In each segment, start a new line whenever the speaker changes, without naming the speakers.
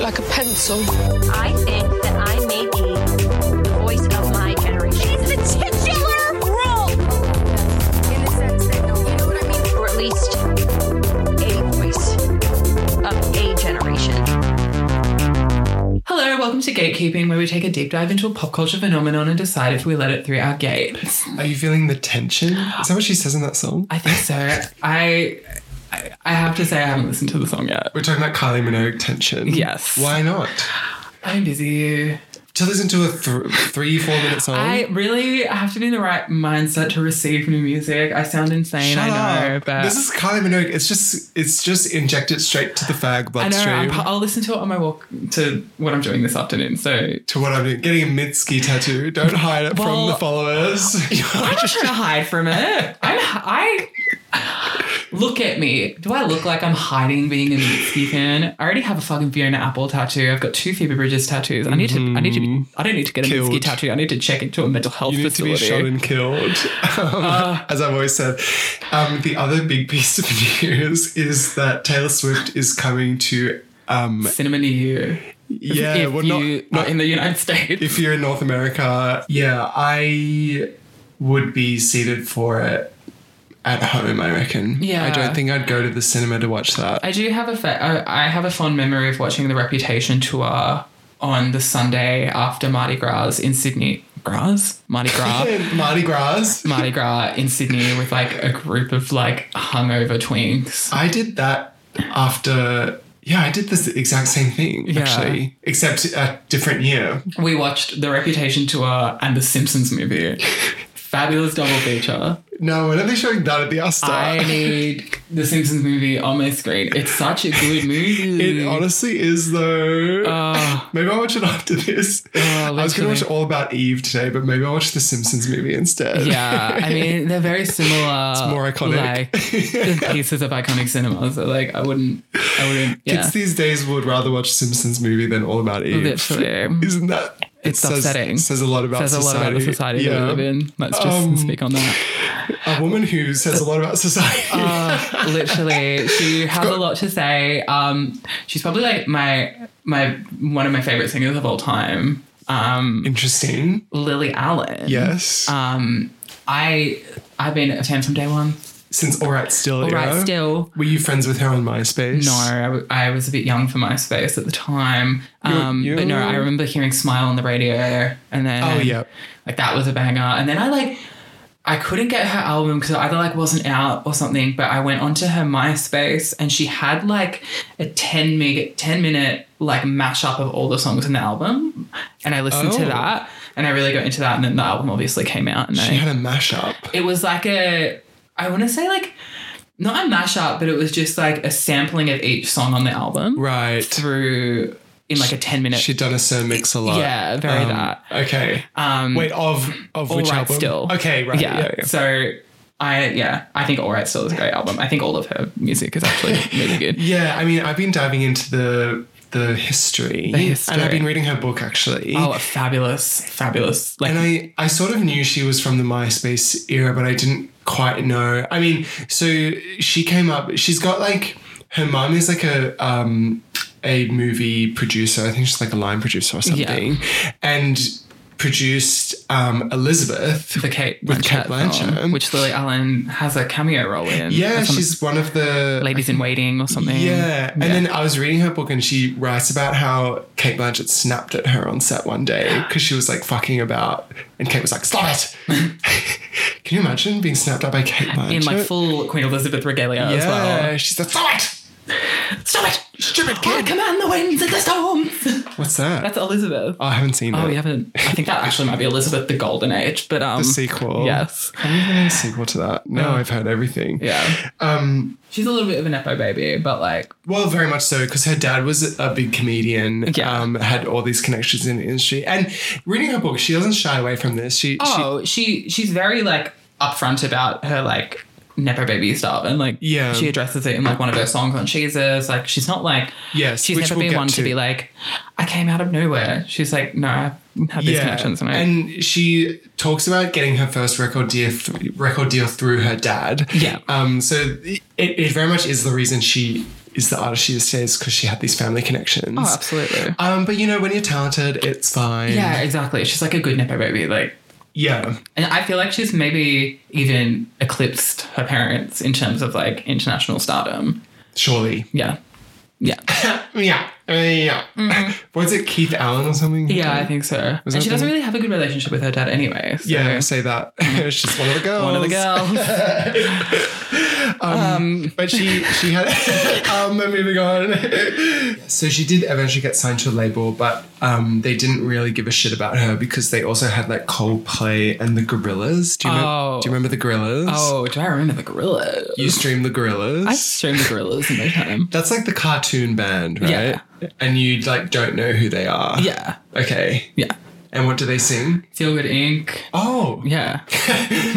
council.
I think that I may be the voice of my generation. It's the titular role! In the sense that, no, you know what I mean? Or at least a voice of a generation.
Hello, welcome to Gatekeeping, where we take a deep dive into a pop culture phenomenon and decide if we let it through our gates.
Are you feeling the tension? Is that what she says in that song?
I think so. I, I I have to say I haven't listened to the song yet.
We're talking about Kylie Minogue tension.
Yes.
Why not?
I'm busy.
To listen to a th- three, four minute song.
I really have to be in the right mindset to receive new music. I sound insane,
Shut
I know,
up.
but
This is Kylie Minogue. It's just it's just injected straight to the fag
I know.
bloodstream.
I'm, I'll listen to it on my walk to what I'm doing this afternoon. So
to what I'm doing. Getting a Mitski tattoo. Don't hide it
Well-
from the followers.
I'm not trying to hide from it. I'm I look at me. Do I look like I'm hiding being a Mitski fan? I already have a fucking Fiona Apple tattoo. I've got two Phoebe Bridges tattoos. I need to. I need to. Be, I don't need to get a
Mm-hmm. Killed.
Mitski tattoo. I need to check into a mental health
You need to be
facility.
shot and killed. Um,
Uh.
as I've always said. Um, the other big piece of news is that Taylor Swift is coming to um,
Cinema to you.
yeah,
if
well
you
not,
are in the United States.
if you're in North America, yeah, I would be seated for it at home, I reckon.
Yeah.
I don't think I'd go to the cinema to watch that.
I do have a fa- I, I have a fond memory of watching the Reputation tour on the Sunday after Mardi Gras in Sydney. Gras? Mardi Gras.
Mardi Gras.
Mardi Gras in Sydney with like a group of like hungover twinks.
I did that after. Yeah, I did this exact same thing
Yeah.
actually, except a different year.
We watched the Reputation tour and the Simpsons movie. Fabulous double feature.
No, when are they showing that at the Astor?
I need the Simpsons movie on my screen. It's such a good movie.
It honestly is though.
Ah.
maybe I'll watch it after this. I was going to watch
uh, literally.
All About Eve today, but maybe I'll watch the Simpsons movie instead.
yeah, I mean they're very similar. It's
more iconic.
Like the pieces of iconic cinema. So like I wouldn't, I wouldn't. Yeah,
Kids these days would rather watch Simpsons movie than All About Eve.
literally.
Isn't that? it
It's upsetting.
Says, says a lot about
Says a lot
society.
about the society that we live in. Let's just
Um,
speak on that.
A woman who says a lot about society.
Uh, literally, she has a lot to say. Um, she's probably like my my one of my favorite singers of all time, um,
Interesting.
Lily Allen.
Yes.
Um, I I've been a fan from day one.
Since All Right Still.
All right,
era.
still.
Were you friends with her on MySpace?
No, I, w- I was a bit young for MySpace at the time. Um,
You-
But no,
you-
I remember hearing "Smile" on the radio, and then
Oh yeah.
like that was a banger. And then I like I couldn't get her album because it either like wasn't out or something. But I went onto her MySpace and she had like a ten mig ten minute like mashup of all the songs in the album, and I listened to
Oh.
that and I really got into that. And then the album obviously came out, and I,
She had a mashup.
it was like a I want to say like not a mashup, but it was just like a sampling of each song on the album
Right.
through in like a ten minute.
She'd done a Sir Mix a lot. Um,
yeah, very that.
Okay.
Um,
Wait, of of
All
which
Right
album?
Still.
Okay, right.
yeah.
Yeah. yeah,
So I yeah, I think All Right Still is a great album. I think all of her music is actually really good.
Yeah, I mean, I've been diving into the the history,
The history.
and I've been reading her book actually.
Oh, fabulous, fabulous! Like
and I, I sort of knew she was from the MySpace era, but I didn't quite know. I mean, so she came up. She's got like her mum is like a um, a movie producer. I think she's like a line producer or something, and produced um, Elizabeth
the Kate
with Kate
Blanchett, film,
Blanchett.
which Lily Allen has a cameo role in.
yeah,
That's one of
she's one of the
Ladies in Waiting or something.
Yeah. And then I was reading her book and she writes about how Kate Blanchett snapped at her on set one day because she was like fucking about and Kate was like, Stop it. Can you imagine being snapped at by Kate Blanchett?
in like full Queen Elizabeth regalia
yeah.
as well.
She's like, Stop it!
Stop it! Stupid kid! command the winds and the storms!
What's that?
That's Elizabeth.
oh, I haven't seen
Oh,
that.
we haven't. I think that actually might be Elizabeth the Golden Age, but um,
The sequel.
Yes, Oh.
Have you heard a sequel to that? No, I've heard everything.
yeah.
Um,
She's a little bit of an nepo baby, but like,
well, very much so, because her dad was a big comedian,
Yeah.
um, had all these connections in the industry. And reading her book, she doesn't shy away from this. She, she
oh, she she's very like upfront about her like nepo baby stuff, and like,
Yeah.
she addresses it in like one of her songs on Jesus. Like, she's not like,
Yes,
she's
which
never
we'll
been
get
one to.
to.
be like, I came out of nowhere. She's like, no, I have these connections, and, I,
and she talks about getting her first record deal record deal through her dad.
Yeah.
Um. So it, it very much is the reason she is the artist she is today is because she had these family connections.
Oh, absolutely.
Um, but you know, when you're talented, it's fine.
Yeah, exactly. She's like a good nepo baby. Like,
Yeah.
and I feel like she's maybe even eclipsed her parents in terms of like international stardom.
Surely.
Yeah. Yeah.
Yeah. Uh, yeah. Was it Keith Allen or something?
Mm-hmm. Yeah, I think so.
that
and she doesn't
the-
really have a good relationship with her dad anyway. So.
Yeah, say that. She's one of the girls.
Mm-hmm. One of the girls.
But she she had um moving on. So she did eventually get signed to a label, but um they didn't really give a shit about her because they also had like Coldplay and the Gorillas. Do you, remem-
Oh.
do you remember the Gorillas?
oh, do I remember the gorillas?
You stream the Gorillas.
I streamed the gorillas in my time.
That's like the cartoon band, right? Yeah. And you like don't know who they are.
Yeah.
Okay.
Yeah.
And what do they sing?
Feel Good Inc.
Oh.
Yeah.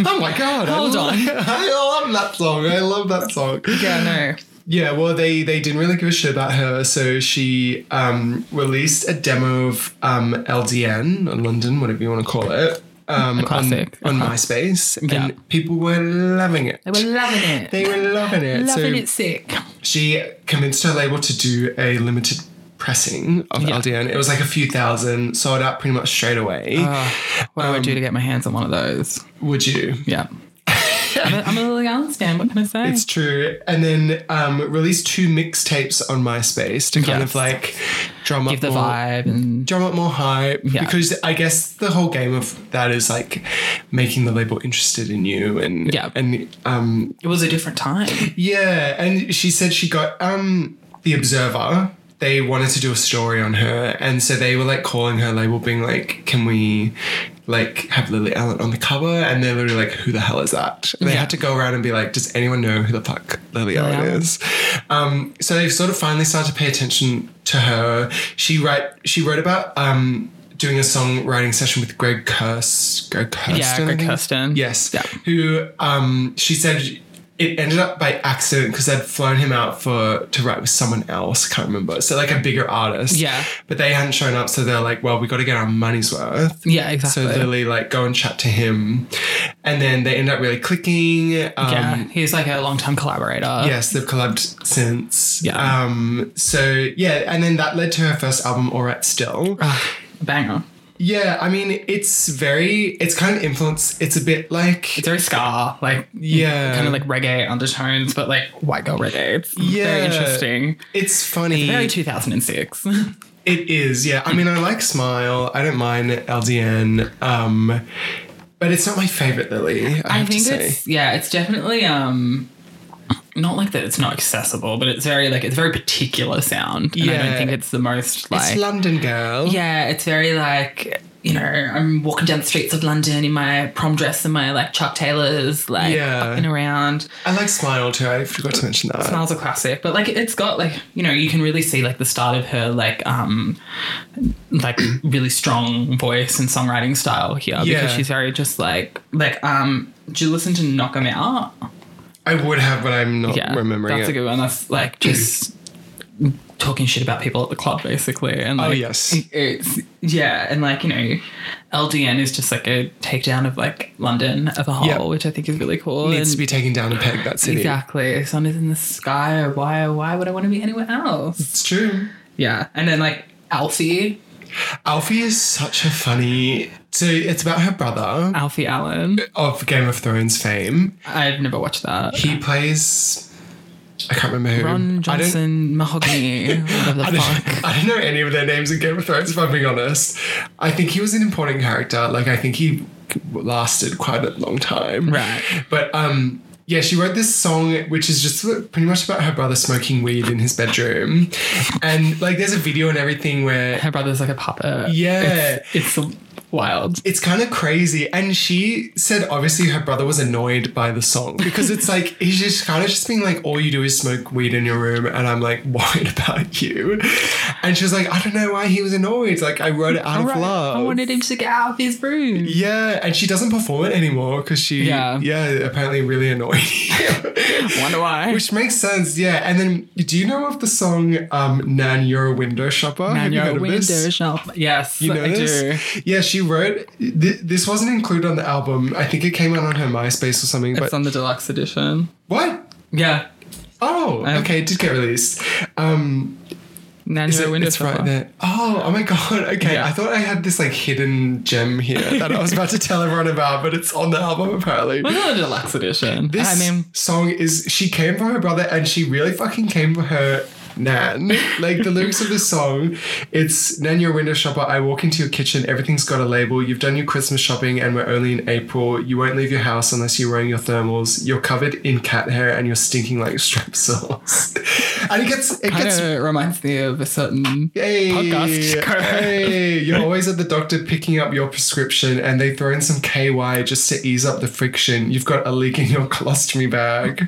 Oh my god. I
Hold on.
love- I love that song. I love that song.
Yeah, no.
Yeah, well, they they didn't really give a shit about her, so she um, released a demo of um, LDN or London, whatever you want to call it, um,
classic.
on, on
Uh-huh.
MySpace,
Yeah.
and people were loving it.
They were loving it.
They were loving it.
loving
so
it sick.
she convinced her label to do a limited pressing of
Yeah.
LDN. It was like a few thousand, sold out pretty much straight away.
Uh-huh. What do I do to get my hands on one of those?
Would you?
Yeah. I'm, a, I'm a Lily Allen fan. What can I say?
It's true. And then um, released two mixtapes on MySpace to kind
Yes.
of like drum up
Give the
more-
vibe and
drum up more hype
Yeah.
because I guess the whole game of that is like making the label interested in you and
Yeah.
and um
it was a different time.
yeah and she said she got um the Observer they wanted to do a story on her and so they were like calling her label being like can we like have Lily Allen on the cover and they're literally like who the hell is that and they
Yeah.
had to go around and be like does anyone know who the fuck Lily Allen
Allen.
is um, so they've sort of finally started to pay attention to her. She write she wrote about um, doing a songwriting session with Greg Kirst, Greg Kirsten. I
Greg
think?
Kirsten.
Yes.
Yeah.
Who um, she said it ended up by accident because they'd flown him out for to write with someone else. Can't remember. So like a bigger artist.
Yeah.
But they hadn't shown up, so they're like, well, we got to get our money's worth.
Yeah, exactly.
So Lily like go and chat to him, and then they end up really clicking. Um,
yeah, he's like a long time collaborator.
Yes, they've collabed since.
Yeah.
Um, so yeah, and then that led to her first album, All Right Still.
Ah, banger.
Yeah, I mean, it's very, it's kind of influenced. It's a bit like,
It's very ska, like
yeah,
kind of like reggae undertones, but like white girl reggae. It's very
Yeah.
interesting.
It's funny.
Very 2006.
It is, yeah. I mean, I like Smile. I don't mind LDN. Um, but it's not my favorite Lily. I,
I
have
think
to say.
it's yeah, it's definitely um not like that it's not accessible, but it's very like it's a very particular sound. And I
Yeah.
don't think it's the most like
It's London Girl.
Yeah, it's very like you know, I'm walking down the streets of London in my prom dress and my like Chuck Taylors, like
Yeah.
up and around.
I like Smile too. I forgot to mention that.
Smiles a classic, but like it's got like you know you can really see like the start of her like um like really strong voice and songwriting style here
Yeah.
because she's very just like like um do you listen to Knock 'Em Out?
I would have, but I'm not
Yeah,
remembering
that's
it.
a good one. That's like just talking shit about people at the club basically, and like
oh yes.
it's yeah, and like you know, LDN is just like a takedown of like London as a whole,
Yeah.
which I think is really cool.
Needs
and
to be taken down a peg. That city.
exactly. Sun is in the sky. Why? Why would I want to be anywhere else?
It's true.
Yeah, and then like Alfie,
Alfie is such a funny. So it's about her brother
Alfie Allen.
of Game of Thrones fame.
I've never watched that.
He plays. I can't remember who.
Ron
I don't-
Johnson, Mahogany, whatever
I
the
don't,
fuck.
I don't know any of their names in Game of Thrones, if I'm being honest. I think he was an important character. Like, I think he lasted quite a long time.
Right.
But, um, yeah, she wrote this song, which is just pretty much about her brother smoking weed in his bedroom. And, like, there's a video and everything where
Her brother's like a puppet.
Yeah.
it's, it's wild.
it's kind of crazy. And she said, obviously, her brother was annoyed by the song because it's like, he's just kind of just being like, all you do is smoke weed in your room. And I'm like, worried about you. And she was like, I don't know why he was annoyed. Like, I wrote it out of
Right,
love.
I wanted him to get out of his room.
yeah. And she doesn't perform it anymore because she,
Yeah.
yeah. apparently really annoyed him.
Wonder why.
Which makes sense, yeah. And then, do you know of the song um, "Nan You're a Window Shopper"? Have
And
you
your
heard of this?
window shop. Yes,
You know
I
this?
do.
Yeah, she wrote. Th- this wasn't included on the album. I think it came out on her MySpace or something. But
It's on the deluxe edition.
what?
Yeah.
Oh,
Um,
okay, it did get released. Um,
Nanjo
is it, it's right there. Oh, oh my god. Okay,
Yeah.
I thought I had this like hidden gem here that I was about to tell everyone about, but it's on the album apparently.
It's not a deluxe edition.
This
I mean,
song is she came for her brother and she really fucking came for her nan. Like the lyrics of this song, it's Nan, you're a window shopper. I walk into your kitchen. Everything's got a label. You've done your Christmas shopping and we're only in April. You won't leave your house unless you're wearing your thermals. You're covered in cat hair and you're stinking like strep sauce. and it gets it
kind
gets
of reminds me of a certain
Hey,
podcast.
hey, you're always at the doctor picking up your prescription and they throw in some KY just to ease up the friction. You've got a leak in your colostomy bag.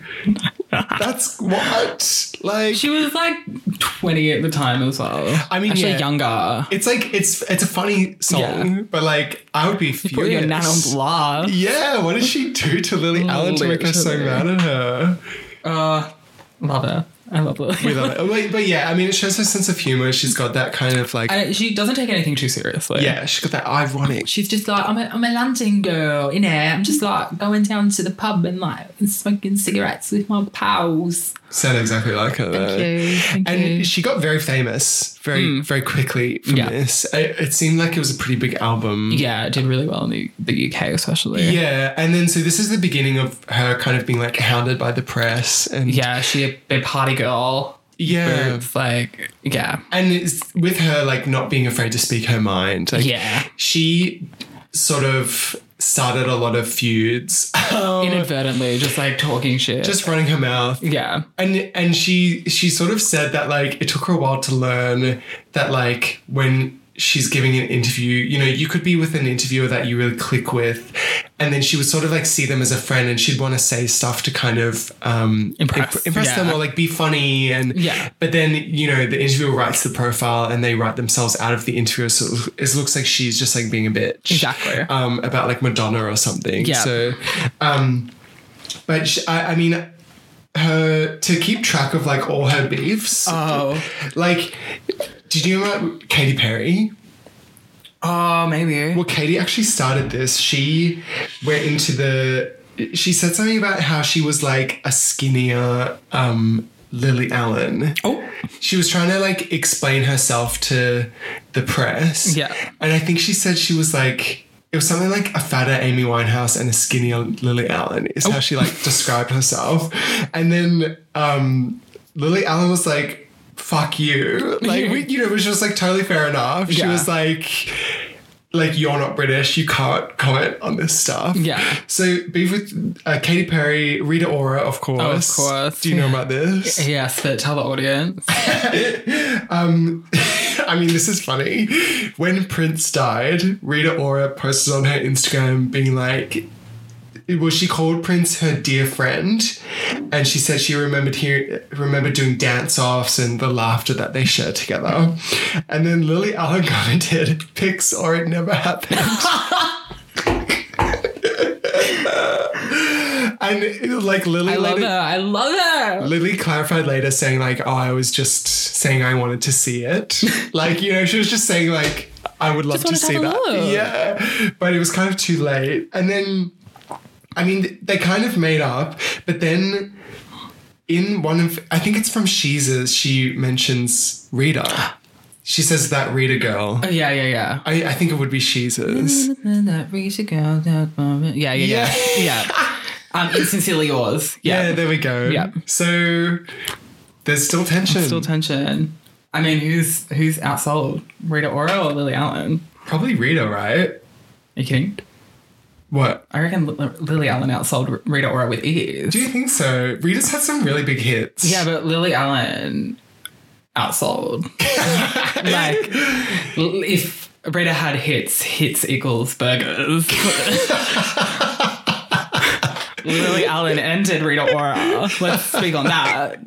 That's what? Like
She was like 20 at the time as well.
I mean,
actually
yeah.
younger.
it's like it's it's a funny song,
Yeah.
but like I would be furious.
Put your nan on blast.
yeah, what did she do to Lily Allen to make her so
Literally.
mad at her?
Uh, love her. I love her.
We love it. But, but yeah, I mean, it shows her sense of humor. She's got that kind of like,
And she doesn't take anything too seriously.
yeah, she's got that ironic
She's just like, I'm a, I'm a London girl, you know. I'm just like going down to the pub and like smoking cigarettes with my pals.
Sound exactly like her. Thank
you, thank
Uh, and
you. Hmm.
she got very famous very, very quickly from
Yeah.
this. It, it seemed like it was a pretty big album.
Yeah, it did really well in the, the UK, especially.
Yeah. And then, so this is the beginning of her kind of being like hounded by the press. And
Yeah, she a big party girl.
Yeah.
It's like, yeah.
And it's with her, like, not being afraid to speak her mind. Like, uh,
Yeah.
She sort of started a lot of feuds, um,
Inadvertently, just like talking shit.
just running her mouth.
yeah.
and and she she sort of said that like it took her a while to learn that like when she's giving an interview you know you could be with an interviewer that you really click with and then she would sort of like see them as a friend and she'd want to say stuff to kind of um
Impress,
imp- impress them
yeah.
or like be funny and
Yeah.
but then you know the interviewer writes the profile and they write themselves out of the interviewer so it looks like she's just like being a bitch
Exactly.
um about like madonna or something
Yeah.
so um but sh I, I mean her to keep track of like all her beefs.
Oh.
like, did you know about Katy Perry?
Oh, maybe.
Well, Katy actually started this. She went into the. She said something about how she was like a skinnier um, Lily Allen.
Oh.
She was trying to like explain herself to the press.
Yeah.
And I think she said she was like. It was something like a fatter Amy Winehouse and a skinnier Lily Allen is
Oh.
how she like described herself. And then um, Lily Allen was like, fuck you. Like, we, you know, which was like totally fair enough. She
Yeah.
was like, like you're not British, you can't comment on this stuff.
Yeah.
So beef with uh, Katy Perry, Rita Ora, of course.
course.
Do you know about this?
Yes, but tell the audience.
I mean, this is funny. When Prince died, Rita Ora posted on her Instagram being like. Well, she called Prince her dear friend, and she said she remembered hear, remembered doing dance offs and the laughter that they shared together. And then Lily Allen commented, "Pics or it never happened." and like Lily,
I love
later-
her. I love her.
Lily clarified later, saying like, "Oh, I was just saying I wanted to see it." like, you know, she was just saying like, "I would love
Just
to
wanted
see
to
that."
have a look.
Yeah, but it was kind of too late. And then, I mean, they kind of made up, but then in one of, I think it's from Sheezers, she mentions Rita. She says that Rita girl.
Oh, yeah, yeah, yeah.
I, I think it would be Sheezers.
That Rita girl, that moment. Yeah, yeah, yeah. Yeah. Um, it's sincerely yours.
Yeah,
Yeah.
there we go.
Yeah.
So there's still tension.
Still tension. I mean, who's who's outsold? Rita Ora or Lily Allen?
Probably Rita, right?
Are you kidding?
What?
I reckon Li- Li- Lily Allen outsold R- Rita Ora with ease.
Do you think so? Rita's had some really big hits.
yeah, but Lily Allen outsold. like, l- if Rita had hits, hits equals burgers. Lily Allen ended Rita Ora. Let's speak on that.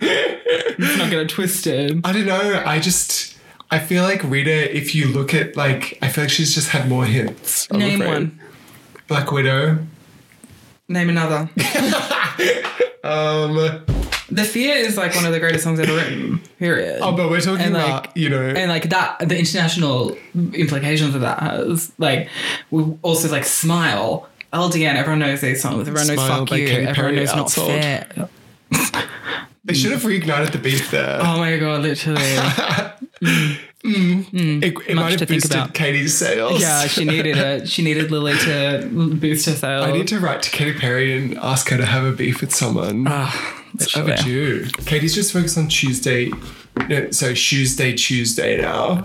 Let's not get it twisted.
I don't know. I just I feel like Rita, if you look at like I feel like she's just had more hits. I'm
Name
afraid.
one.
Black Widow.
Name another.
Um
the Fear is like one of the greatest songs ever written. Period.
Oh but we're talking
And,
about,
like-
you know
and like that the international implications of that has like we also like smile LDN everyone knows these songs everyone knows
Smile
fuck
by
you
Katy
everyone
Perry
knows not
outsold.
fair
They should have reignited the beef there.
Oh my god, literally.
it it
much
might
to
have
think
boosted
about.
Katie's sales.
yeah, she needed it. She needed Lily to boost her sales.
I need to write to Katy Perry and ask her to have a beef with someone.
Ah,
I have a
literally.
Jew. Katie's just focused on Tuesday. No, so Tuesday, Tuesday now.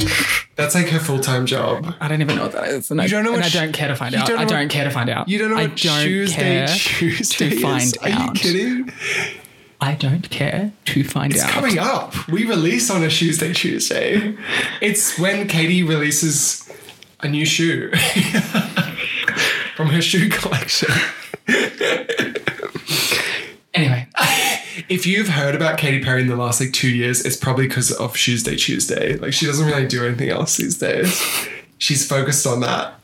That's like her full time job.
I don't even know what that is. And, I,
You don't know
and
what
I
sh-
don't care to find
you
out.
don't know
I
what-
don't care to find out.
You don't know
I
what
don't
Tuesday,
care
Tuesday
to find
is. Are
out.
you kidding?
I don't care to find
It's
out.
coming up. We release on a Tuesday, Tuesday. It's when Katie releases a new shoe from her shoe collection.
Anyway,
If you've heard about Katy Perry in the last like two years, it's probably because of Tuesday, Tuesday. Like she doesn't really do anything else these days. She's focused on that.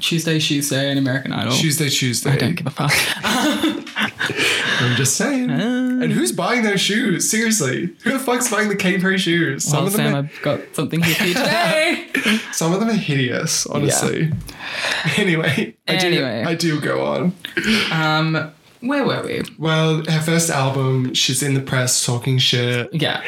Tuesday, Tuesday, and American Idol.
Tuesday, Tuesday.
Oh, I don't give a fuck.
I'm just saying.
Uh.
and who's buying those shoes? Seriously, who the fuck's buying the Katy Perry shoes? Some
well,
of them,
Sam,
are,
I've got something here for you today.
some of them are hideous. Honestly. anyway, I do,
Anyway.
I do go on.
um, where were we?
Well, her first album, she's in the press talking shit,
Yeah,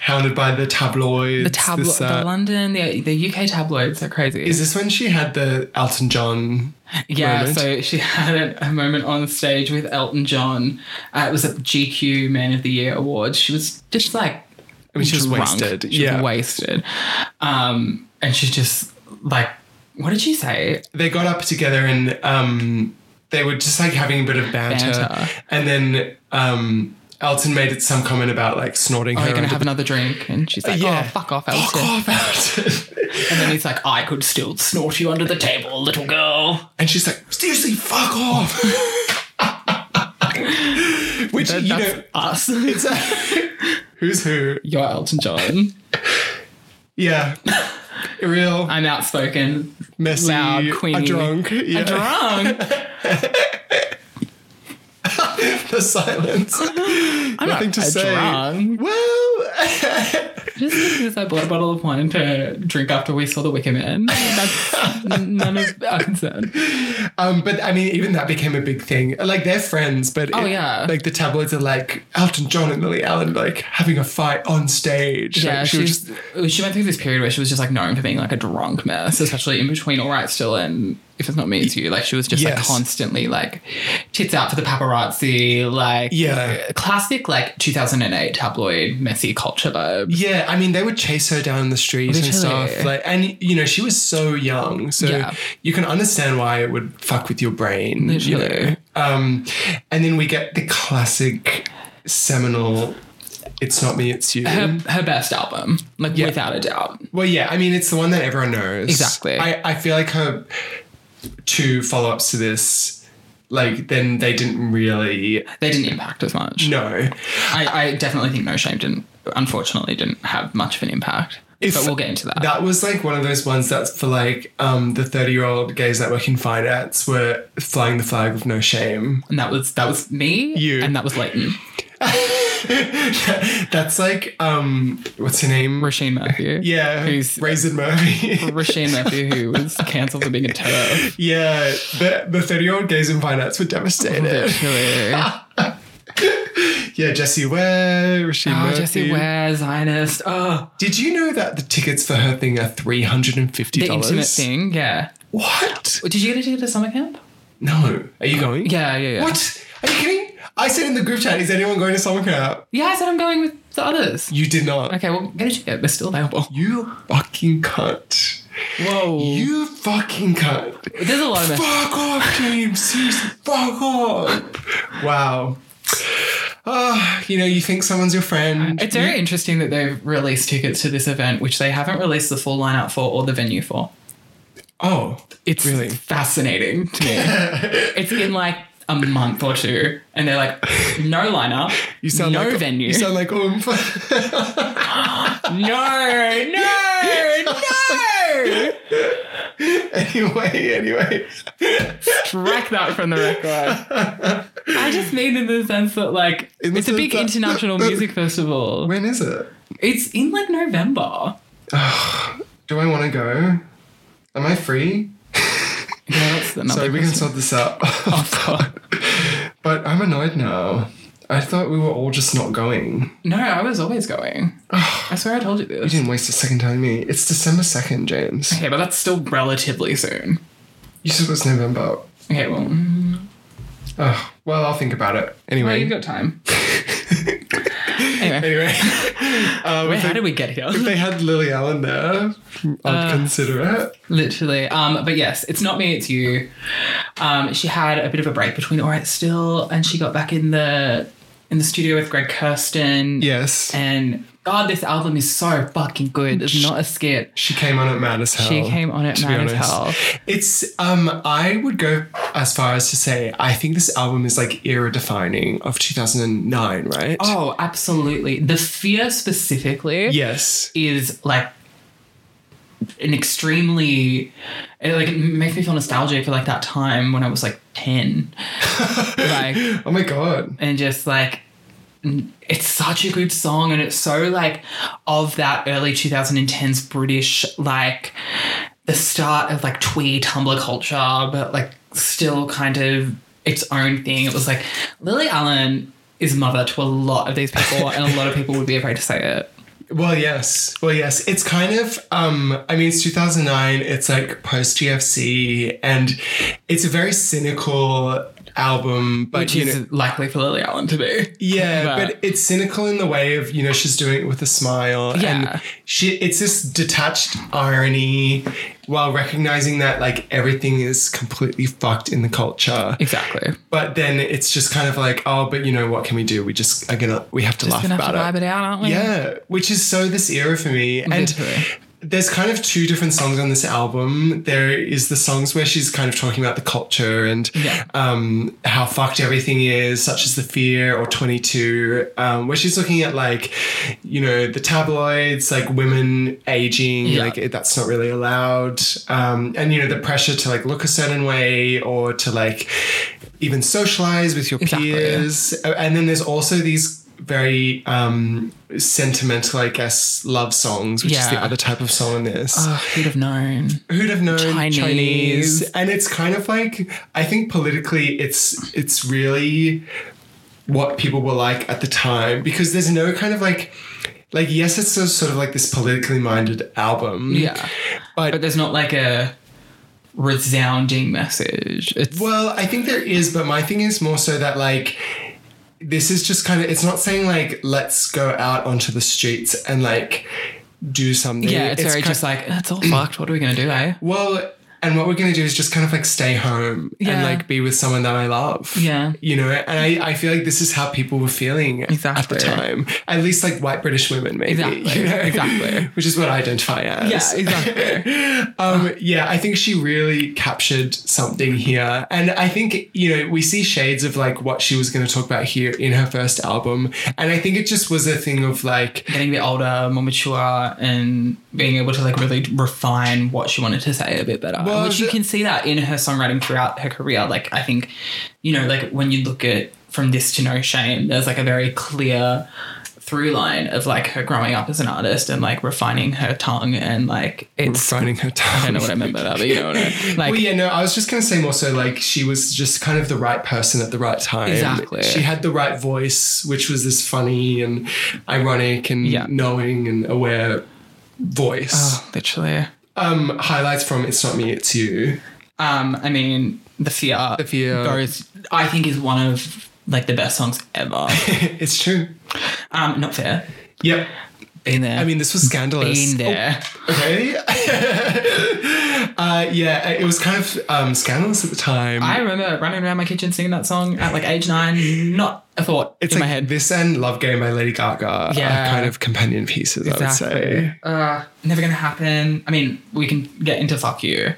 hounded by the tabloids.
the
this,
tabloid, the
that.
London, the the UK tabloids are crazy.
Is this when she had the Elton John?
Yeah,
moment.
so she had a, a moment on stage with Elton John. Uh, it was at the GQ Man of the Year Awards. She was just like,
I mean, she was
drunk.
wasted.
She
yeah,
was wasted. Um, and she just like, what did she say?
they got up together and um, they were just like having a bit of banter,
Banter.
and then um, Elton made some comment about like snorting
Are
her.
you Oh, gonna
under
have another drink? And she's like,
yeah.
oh fuck off,
the-
Elton.
Fuck off, Elton.
And then he's like, I could still snort you under the table, little girl.
and she's like, seriously, fuck off. Which
That-
you
that's
know,
us.
who's who?
You're Elton John.
Yeah, real.
I'm outspoken,
messy,
loud,
a
queenie.
drunk. Yeah,
drunk.
the silence.
I'm
Nothing
not
to
a
say.
drunk.
Well,
Just because I bought a bottle of wine to drink after we saw the Wicker Man. That's n- none of our concern.
um, but I mean, even that became a big thing. Like they're friends, but
Oh,
it-
yeah.
like the tabloids are like Elton John and Lily Allen like having a fight on stage.
Yeah,
like,
she,
was
was she went through this period where she was just like known for being like a drunk mess, especially in between All Right Still and If It's Not Me, It's You. Like she was just like
Yes.
constantly like tits out for the paparazzi, like
Yeah.
classic like 2008 tabloid messy culture vibe.
Yeah, I mean, they would chase her down the street and
Literally.
stuff. Like, and you know, she was so young, so
Yeah.
you can understand why it would fuck with your brain. You
Literally.
know? um, and then we get the classic seminal. It's not me, it's you.
Her, her best album, like
Yeah.
without a doubt.
Well, yeah, I mean, it's the one that everyone knows.
Exactly.
I, I feel like her two follow ups to this, like, then they didn't really
They didn't impact as much.
know.
I, I definitely think No Shame didn't, unfortunately, didn't have much of an impact.
If-
but we'll get into that.
That was like one of those ones that's for like um, the 30 year old gays that work in finance were flying the flag of no shame.
And that was that was me,
You.
and that was Leighton,
That's like, um, what's her name?
Rasheen Matthew.
yeah.
who's
Raisin Murphy.
Rasheen Matthew, who was cancelled for being a turf.
yeah. The the 30 year old gays in finance were devastated.
Literally.
yeah. Jesse Ware, Rashid
oh,
Murphy.
Jesse Ware, Zionist. Oh,
Did you know that the tickets for her thing are three hundred and fifty
the
dollars?
intimate thing. Yeah.
What?
Did you get a ticket to summer camp?
No. Are you going?
Yeah, yeah, yeah.
What? Are you kidding? I said in the group chat, is anyone going to summer camp?
Yeah, I said I'm going with the others.
You did not.
Okay, well, get a ticket. They're still available.
You fucking cunt.
Whoa.
You fucking cunt.
There's a lot of mess.
Fuck off, James. Seriously, fuck off. Wow. Ah, you know, you think someone's your friend.
It's very interesting that they've released tickets to this event, which they haven't released the full lineup for or the venue for.
Oh,
It's
Really?
fascinating to me. it's in like a month or two, and they're like, no lineup,
you sound
no
like
venue,
You sound like um, oomph.
no, no, no.
anyway, anyway.
Strike that from the record. I just mean in the sense that like
In the
it's a
sense
big
that-
international
that-
music festival.
When is it?
It's in like November.
Do I want to go? Am I free?
Yeah, that's another
Sorry, we can
question.
sort this out.
Oh, God.
but I'm annoyed now. I thought we were all just not going.
No, I was always going. I swear I told you
You
this.
didn't waste a second telling me. It's December 2nd, James.
Okay, but that's still relatively soon.
You said it was November.
Okay, well, mm,
Oh, well, I'll think about it.
well
Anyway.
you've got time. Anyway,
anyway. um,
wait,
if
how
they,
did we get here?
if they had Lily Allen there,
Uh,
I'd consider it.
Literally. Um, but yes, it's not me, it's you. Um, she had a bit of a break between All Right Still and she got back in the in the studio with Greg Kirsten.
Yes.
And God, this album is so fucking good. It's not a skit.
She came on it mad as hell.
She came on it
to be
mad as
honest.
hell.
It's um I would go as far as to say I think this album is like era defining of 2009, right?
Oh, absolutely. The fear specifically
Yes.
is like an extremely it like it makes me feel nostalgic for like that time when I was like ten. like
Oh my god.
and just like it's such a good song and it's so like of that early 2010s british like the start of like twee tumblr culture but like still kind of its own thing it was like lily allen is mother to a lot of these people and a lot of people would be afraid to say it
Well, yes. Well, yes. It's kind of um I mean it's 2009, it's like post GFC and it's a very cynical album, but
which
you know,
is likely for lily allen to be
Yeah,
But-
but, it's cynical in the way of you know she's doing it with a smile.
Yeah.
and she it's this detached irony while recognizing that like everything is completely fucked in the culture.
exactly
But then it's just kind of like oh, but you know what can we do? We just are gonna we have to laugh
gonna have
about
to vibe
it.
it out aren't we
Yeah, which is so this era for me, and
Literally.
there's kind of two different songs on this album. There is the songs where she's kind of talking about the culture and
Yeah.
um, how fucked everything is, such as The Fear or 22, um, where she's looking at like, you know, the tabloids, like women aging,
Yeah.
like it- that's not really allowed. Um, and, you know, the pressure to like look a certain way or to like even socialize with your
Exactly.
peers. Uh, And then there's also these very um sentimental i guess love songs which is the
Yeah.
other type of song in this
oh, who'd have known
who'd have known
Chinese.
Chinese. And it's kind of like I think politically it's it's really what people were like at the time because there's no kind of like like yes it's a sort of like this politically minded album.
yeah
But,
but there's not like a resounding message it's
well, I think there is, but my thing is more so that like this is just kind of it's not saying like let's go out onto the streets and like do something.
Yeah, it's, very
kind-
just like that's all fucked. What are we gonna do, eh?
Well, and what we're going to do is just kind of like stay home
Yeah.
and like be with someone that I love.
Yeah.
You know, and I, I feel like this is how people were feeling at
Exactly.
the time. At least like white British women, maybe.
Exactly,
you know?
exactly.
Which is what I identify as.
exactly.
Um, yeah, I think she really captured something here. And I think, you know, we see shades of like what she was going to talk about here in her first album. And I think it just was a thing of like,
Getting a bit older, more mature, and being able to like really refine what she wanted to say a bit better.
Well,
Which you
the-
can see that in her songwriting throughout her career. Like I think, you know, like when you look at from this to no shame, there's like a very clear through line of like her growing up as an artist and like refining her tongue and like it's
finding her time.
I don't know what I meant by that, but you know what I mean. Like
well, yeah, no, I was just gonna say more so like she was just kind of the right person at the right time.
Exactly.
She had the right voice, which was this funny and ironic and
Yeah.
knowing and aware voice.
oh, literally.
Um, highlights from It's Not Me, It's You.
Um, I mean, the fear, the
Fear.
goes. I think is one of like the best songs ever.
it's true.
um, not fair.
Yep.
Been there.
I mean, this was scandalous.
been there.
Oh. Okay. uh, yeah, it was kind of um, scandalous at the time.
I remember running around my kitchen singing that song at like age nine. Not a thought
it's
in
like
my head.
this and Love Game by Lady Gaga
Yeah.
are kind of companion pieces, I would say.
Uh, never gonna happen. I mean, we can get into fuck you.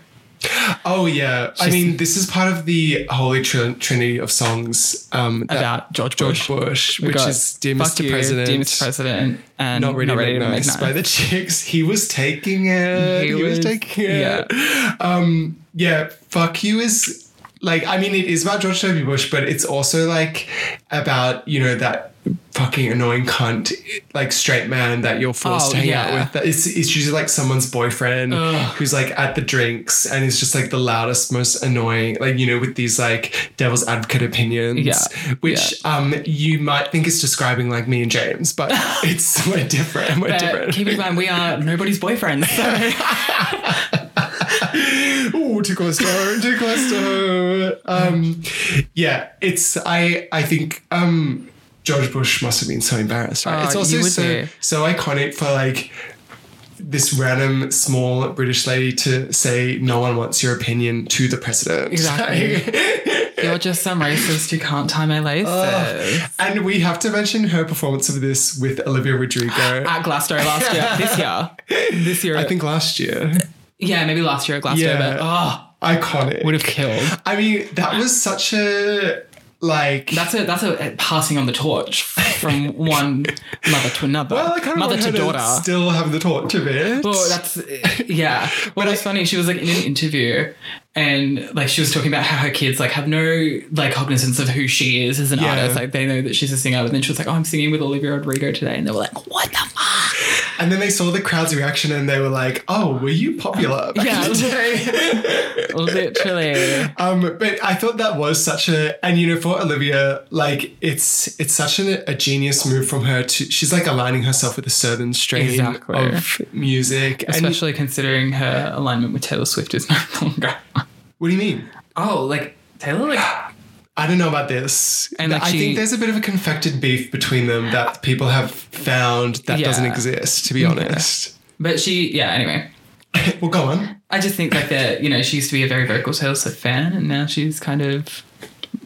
Oh yeah, I
She's-
mean this is part of the holy tr- trinity of songs um, that-
About George
George
Bush.
Bush,
We
which
got
is dear
Fuck
Mr.
You,
President,
Dear Mr. President, and
not really,
ready to make
nice
nice.
by the chicks. He was taking it. He, was, taking it. Yeah. Um, yeah, fuck you is like I mean it is about George W. Bush, but it's also like about you know that fucking annoying cunt like straight man that you're forced
Oh,
to hang out
yeah.
with. That- It's it's usually like someone's boyfriend who's like at the drinks and is just like the loudest, most annoying. Like you know with these like devil's advocate opinions,
Yeah.
which um you might think is describing like me and James, but it's way different. Way
But
different.
keep in mind, we are nobody's boyfriends. So.
Ooh, too close to home, too close to home. Um, yeah, it's I I think um George Bush must have been so embarrassed, right?
Oh,
it's also
you would
so
be.
so iconic for like this random small British lady to say no one wants your opinion to the president.
Exactly.
Like-
You're just some racist who can't tie my laces.
and we have to mention her performance of this with Olivia Rodrigo.
at Glasgow last year, this year, this year.
I think last year.
yeah, maybe last year at Glasgow,
Yeah.
but oh,
Iconic.
would have killed.
I mean, that was such a like
That's a that's a, a passing on the torch from one mother to another,
Well, I kind of
mother
want
to
her
daughter.
To still have the torch of it.
Well, that's yeah. Well, it's funny. She was like in an interview, and like she was talking about how her kids like have no like cognizance of who she is as an
Yeah.
artist. Like they know that she's a singer, but then she was like, "Oh, I'm singing with Olivia Rodrigo today," and they were like, "What the fuck?"
and then they saw the crowd's reaction and they were like, "Oh, were you popular?" back
Yeah.
in the day?"
Literally.
um, but I thought that was such a, and you know, for Olivia, like it's it's such an, a genius move from her to. She's like aligning herself with a certain strain
Exactly.
of music. And
Especially considering her alignment with Taylor Swift is no longer.
what do you mean?
Oh, like Taylor, like
I don't know about this.
And, like,
I
she-
think there's a bit of a confected beef between them that people have found that
Yeah.
doesn't exist. To be honest.
but she, yeah. Anyway,
well, go on.
I just think like that. You know, she used to be a very vocal Taylor Swift fan, and now she's kind of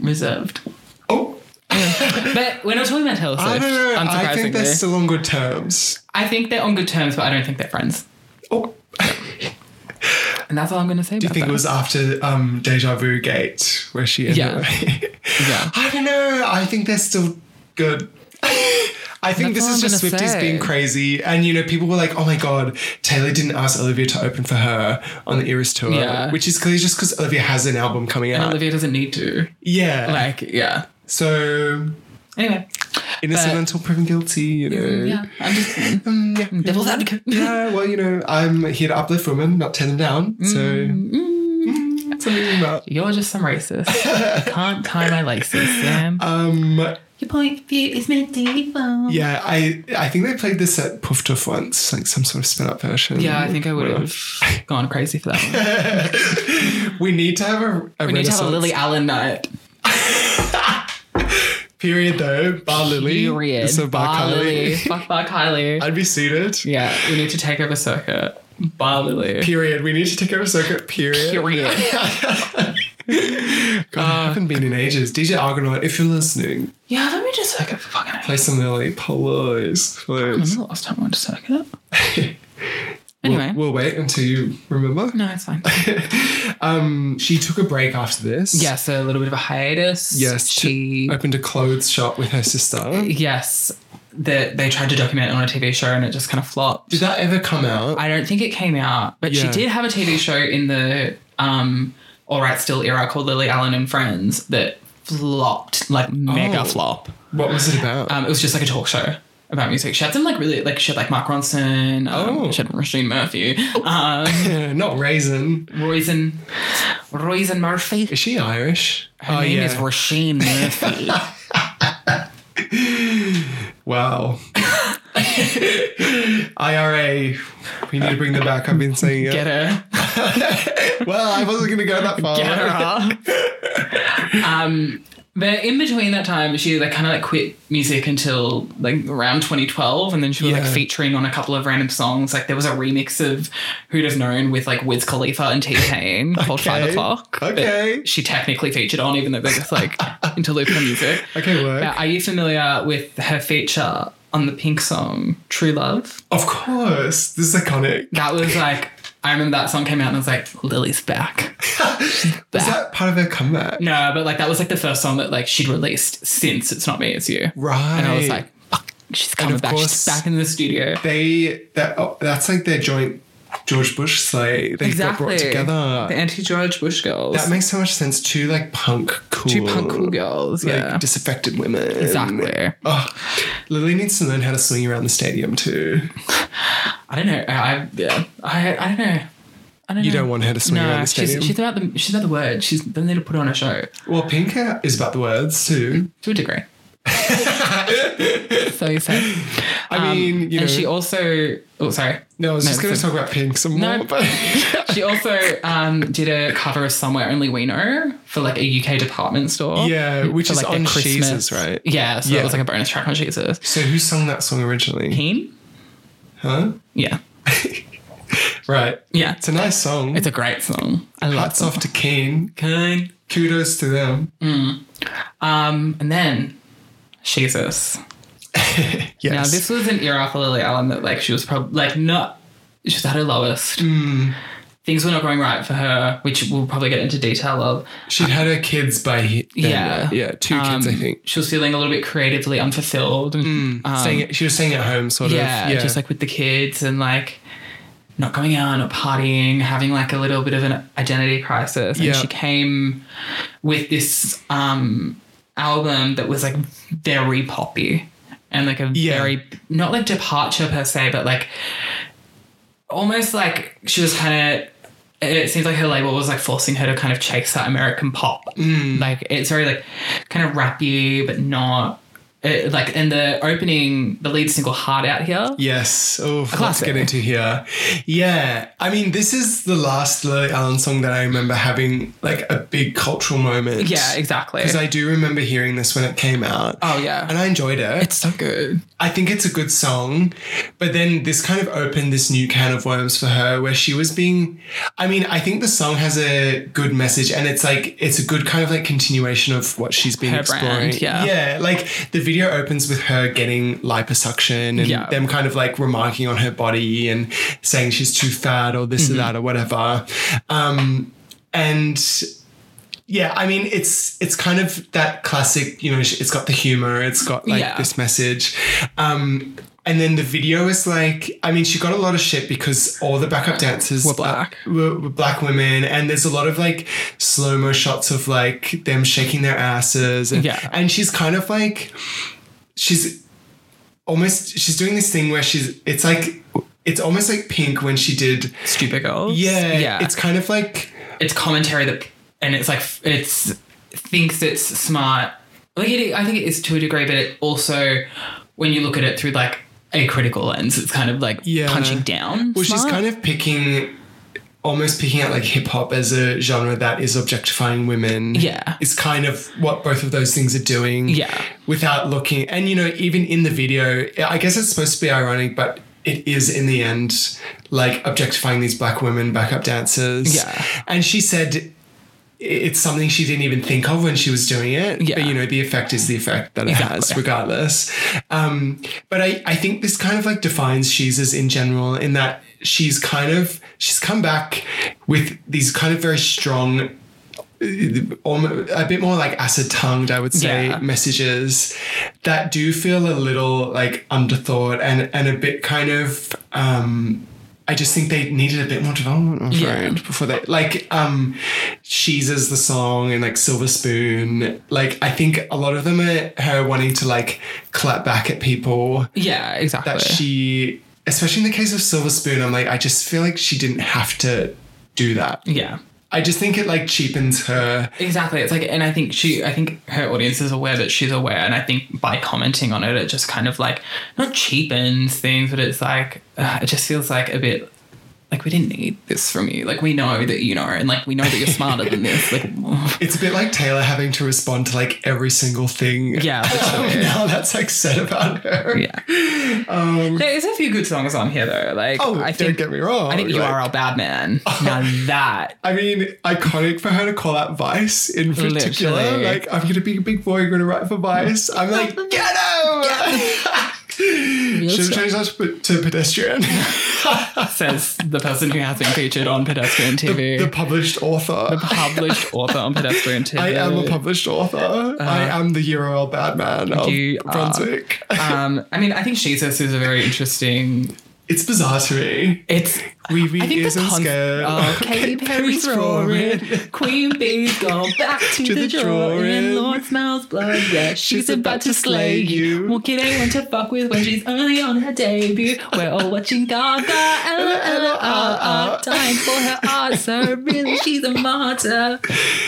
reserved.
Oh.
But we're not talking about Taylor Swift.
I don't know. I think they're
unsurprisingly.
still on good terms.
I think they're on good terms, but I don't think they're friends.
Oh, I
And that's all I'm going to say about
think
that.
it was after um, Deja Vu Gate where she ended
Yeah.
up.
yeah.
I don't know. I think they're still good. I think
That's
this is
all I'm
just
gonna
Swifties
say.
being crazy. And, you know, people were like, oh my God, Taylor didn't ask Olivia to open for her on the Eras tour,
Yeah.
which is clearly just because Olivia has an album coming
And
out.
Olivia doesn't need to.
yeah.
Like, yeah.
so,
Anyway.
innocent
But-
until proven guilty, you know.
Yeah. I'm just
Mm, yeah.
devil's advocate.
Yeah, well, you know, I'm here to uplift women, not tear them down. So,
mm.
Mm, something about.
You're just some racist. Can't tie my laces, Sam.
Um,
Your point of view is medieval.
yeah, I I think they played this at Puff Tuff once, like some sort of spin up version.
Yeah, I think I would have gone crazy for that one.
We need to have a, a
We need to have a
renaissance
Lily Allen night.
period, though. Bar Lily.
Period.
So Bar,
Bar
Kylie.
Lily. Fuck Bar Kylie.
I'd be suited.
yeah, we need to take over circuit. Bar Lily.
Period. We need to take over circuit. Period.
Period.
God, I haven't been in ages. DJ Argonaut, if you're listening,
Yeah, let me just circuit for fucking
play some Lily. Please.
When was
Please.
the last time I went to circuit? Mm-hmm. anyway.
We'll wait until you remember.
no, it's fine.
She took a break after this.
yeah, so a little bit of a hiatus.
Yes,
She.
Opened a clothes shop with her sister.
Yes. That they tried to document on a TV show and it just kind of flopped.
Did that ever come out?
I don't think it came out, but she
Yeah.
did have a TV show in the um, All Right Still era called Lily Allen and Friends that flopped, like mega
Oh.
flop.
what was it about?
Um, it was just like a talk show about music. She had some like really like she had like Mark Ronson. Um,
Oh.
She had Rasheen Murphy. Um,
Yeah, Not Raisin.
Roisin, Roisin Murphy.
Is she Oh, Irish?
Her name is Rasheen Murphy.
wow. IRA. We need to bring them back. I've been saying it.
Get her.
Well, I wasn't going to go that far.
Get her up. um, but in between that time, she like kind of like quit music until like around 2012, and then she was like
Yeah.
featuring on a couple of random songs. Like there was a remix of "Who'd Have Known" with like Wiz Khalifa and T Pain called Five
Okay.
O'clock. that
Okay.
she technically featured on, even though they're just like interlude for music.
Okay, work.
Now, are you familiar with her feature on the Pink song "True Love"?
Of course. This is iconic.
That was like I remember that song came out and I was like, Lily's back. She's
Is
back.
that part of her comeback?
no, but like that was like the first song that like she'd released since It's Not Me, It's You.
Right.
And I was like, fuck, she's coming
of
back.
course-
she's back in the studio.
they that oh, that's like their joint George Bush sleigh. They got brought together.
The anti-George Bush girls.
that makes so much sense. Two like punk cool,
Two punk cool girls.
like
yeah.
disaffected women.
Exactly.
Oh, Lily needs to learn how to swing around the stadium too.
I don't know. I, I- yeah. I I don't know. I don't
You
know.
don't want her to swing around
No,
the
she's,
stadium.
she's about the she's about the word. She's they need to put on a show
well, Pink is about the words too.
to a degree. so you say.
I mean, you know,
Um, and she also oh sorry
no, I was just
no,
going to
so-
talk about Pink some
No.
more, but
she also um, did a cover of Somewhere Only We Know for like a UK department store.
yeah, which
for
is
like their
on
Christmas.
Jesus, right?
Yeah, so
Yeah.
that was like a bonus track on Jesus.
So who sung that song originally?
Keen?
Huh?
Yeah.
Right.
Yeah.
It's a nice song.
It's a great song. I love
Hats
that
off to Keen.
Keen.
Kudos to them.
Um, and then Jesus.
Yes.
Now this was an era for Lily Allen that like she was probably like not she was at her lowest.
Hmm.
Things were not going right for her, which we'll probably get into detail of.
She'd had her kids by he- then,
Yeah.
right? yeah, two kids I
Um,
think.
She was feeling a little bit creatively unfulfilled. and, um,
Staying at- she was staying at home, sort
yeah,
of. Yeah,
just like with the kids and like not going out, not partying, having like a little bit of an identity crisis. And
Yeah.
she came with this um, album that was like very poppy and like a
Yeah.
very not like departure per se, but like almost like she was kind of. It seems like her label was like forcing her to kind of chase that American pop.
Mm.
Like it's very like kind of rappy, but not it, like. And the opening, the lead single "Hard Out Here."
yes. Oh, let's
classic.
get into here. Yeah, I mean, this is the last Lily Allen song that I remember having like a big cultural moment.
Yeah, exactly.
Because I do remember hearing this when it came out.
Oh, yeah.
and I enjoyed it.
it's so good.
I think it's a good song, but then this kind of opened this new can of worms for her where she was being I mean, I think the song has a good message and it's like it's a good kind of like continuation of what she's been
Her
exploring.
brand, yeah.
Yeah, like the video opens with her getting liposuction and
Yeah.
them kind of like remarking on her body and saying she's too fat or this
Mm-hmm.
or that or whatever. Um and yeah, I mean it's it's kind of that classic, you know, sh- it's got the humor, it's got like
Yeah.
this message. Um and then the video is like, I mean, she got a lot of shit because all the backup dancers
Were black.
uh, were, were black women, and there's a lot of like slow mo shots of like them shaking their asses, and,
Yeah.
and she's kind of like, she's almost she's doing this thing where she's it's like it's almost like Pink when she did,
Stupid girls.
yeah,
yeah.
it's kind of like
it's commentary that and it's like it's thinks it's smart like it, i think it is to a degree but it also when you look at it through like a critical lens it's kind of like
Yeah.
punching down
Well, she's kind of picking, almost picking out like hip hop as a genre that is objectifying women.
Yeah.
It's kind of what both of those things are doing.
Yeah.
Without looking. And, you know, even in the video, I guess it's supposed to be ironic, but it is in the end like objectifying these black women backup dancers.
Yeah.
And she said, it's something she didn't even think of when she was doing it.
Yeah.
But you know, the effect is the effect that it has,
Exactly.
regardless. Um, but I, I think this kind of like defines Jesus in general in that she's kind of she's come back with these kind of very strong almost a bit more like acid tongued, I would say,
Yeah.
messages that do feel a little like underthought and and a bit kind of um I just think they needed a bit more development on
Yeah.
Friend before they like um She's is the song and like Silver Spoon. Like I think a lot of them are her wanting to like clap back at people
yeah exactly
that she especially in the case of Silver Spoon, I'm like, I just feel like she didn't have to do that.
yeah
I just think it like cheapens her
exactly it's like and i think she i think her audience is aware that she's aware and i think by commenting on it it just kind of like not cheapens things but it's like uh, it just feels like a bit like we didn't need this from you like we know that you know and like we know that you're smarter than this like
It's a bit like Taylor having to respond to like every single thing.
Yeah,
Um,
literally.
now that's like said about her.
Yeah. there is a few good songs on here though. Like
Um, Oh,
I
don't
think
get me wrong.
I think you
like-
are our bad man. now that
I mean, iconic for her to call out Vice in particular.
Literally.
Like, I'm gonna be a big boy, gonna write for Vice. I'm like, get him. Should have changed that to- to pedestrian.
says the person who has been featured on pedestrian TV.
the published author.
published author on pedestrian TV.
I am a published author. I am the URL bad man of
Uh-huh. you are.
Brunswick.
um, I mean, I think Jesus is a very interesting
It's bizarre to me.
It's
We read
I think
ears
the
on
con-
scale.
oh, Katy Perry's roaring, Queen Bee's gone back to,
To
the,
the
drawing.
drawing.
Lord smells blood, yeah, she's, about to slay you. Well, kid ain't one to fuck with when she's only on her debut. We're all watching Gaga, Ella, Ella, ah, ah, dying for her art, so really she's a martyr.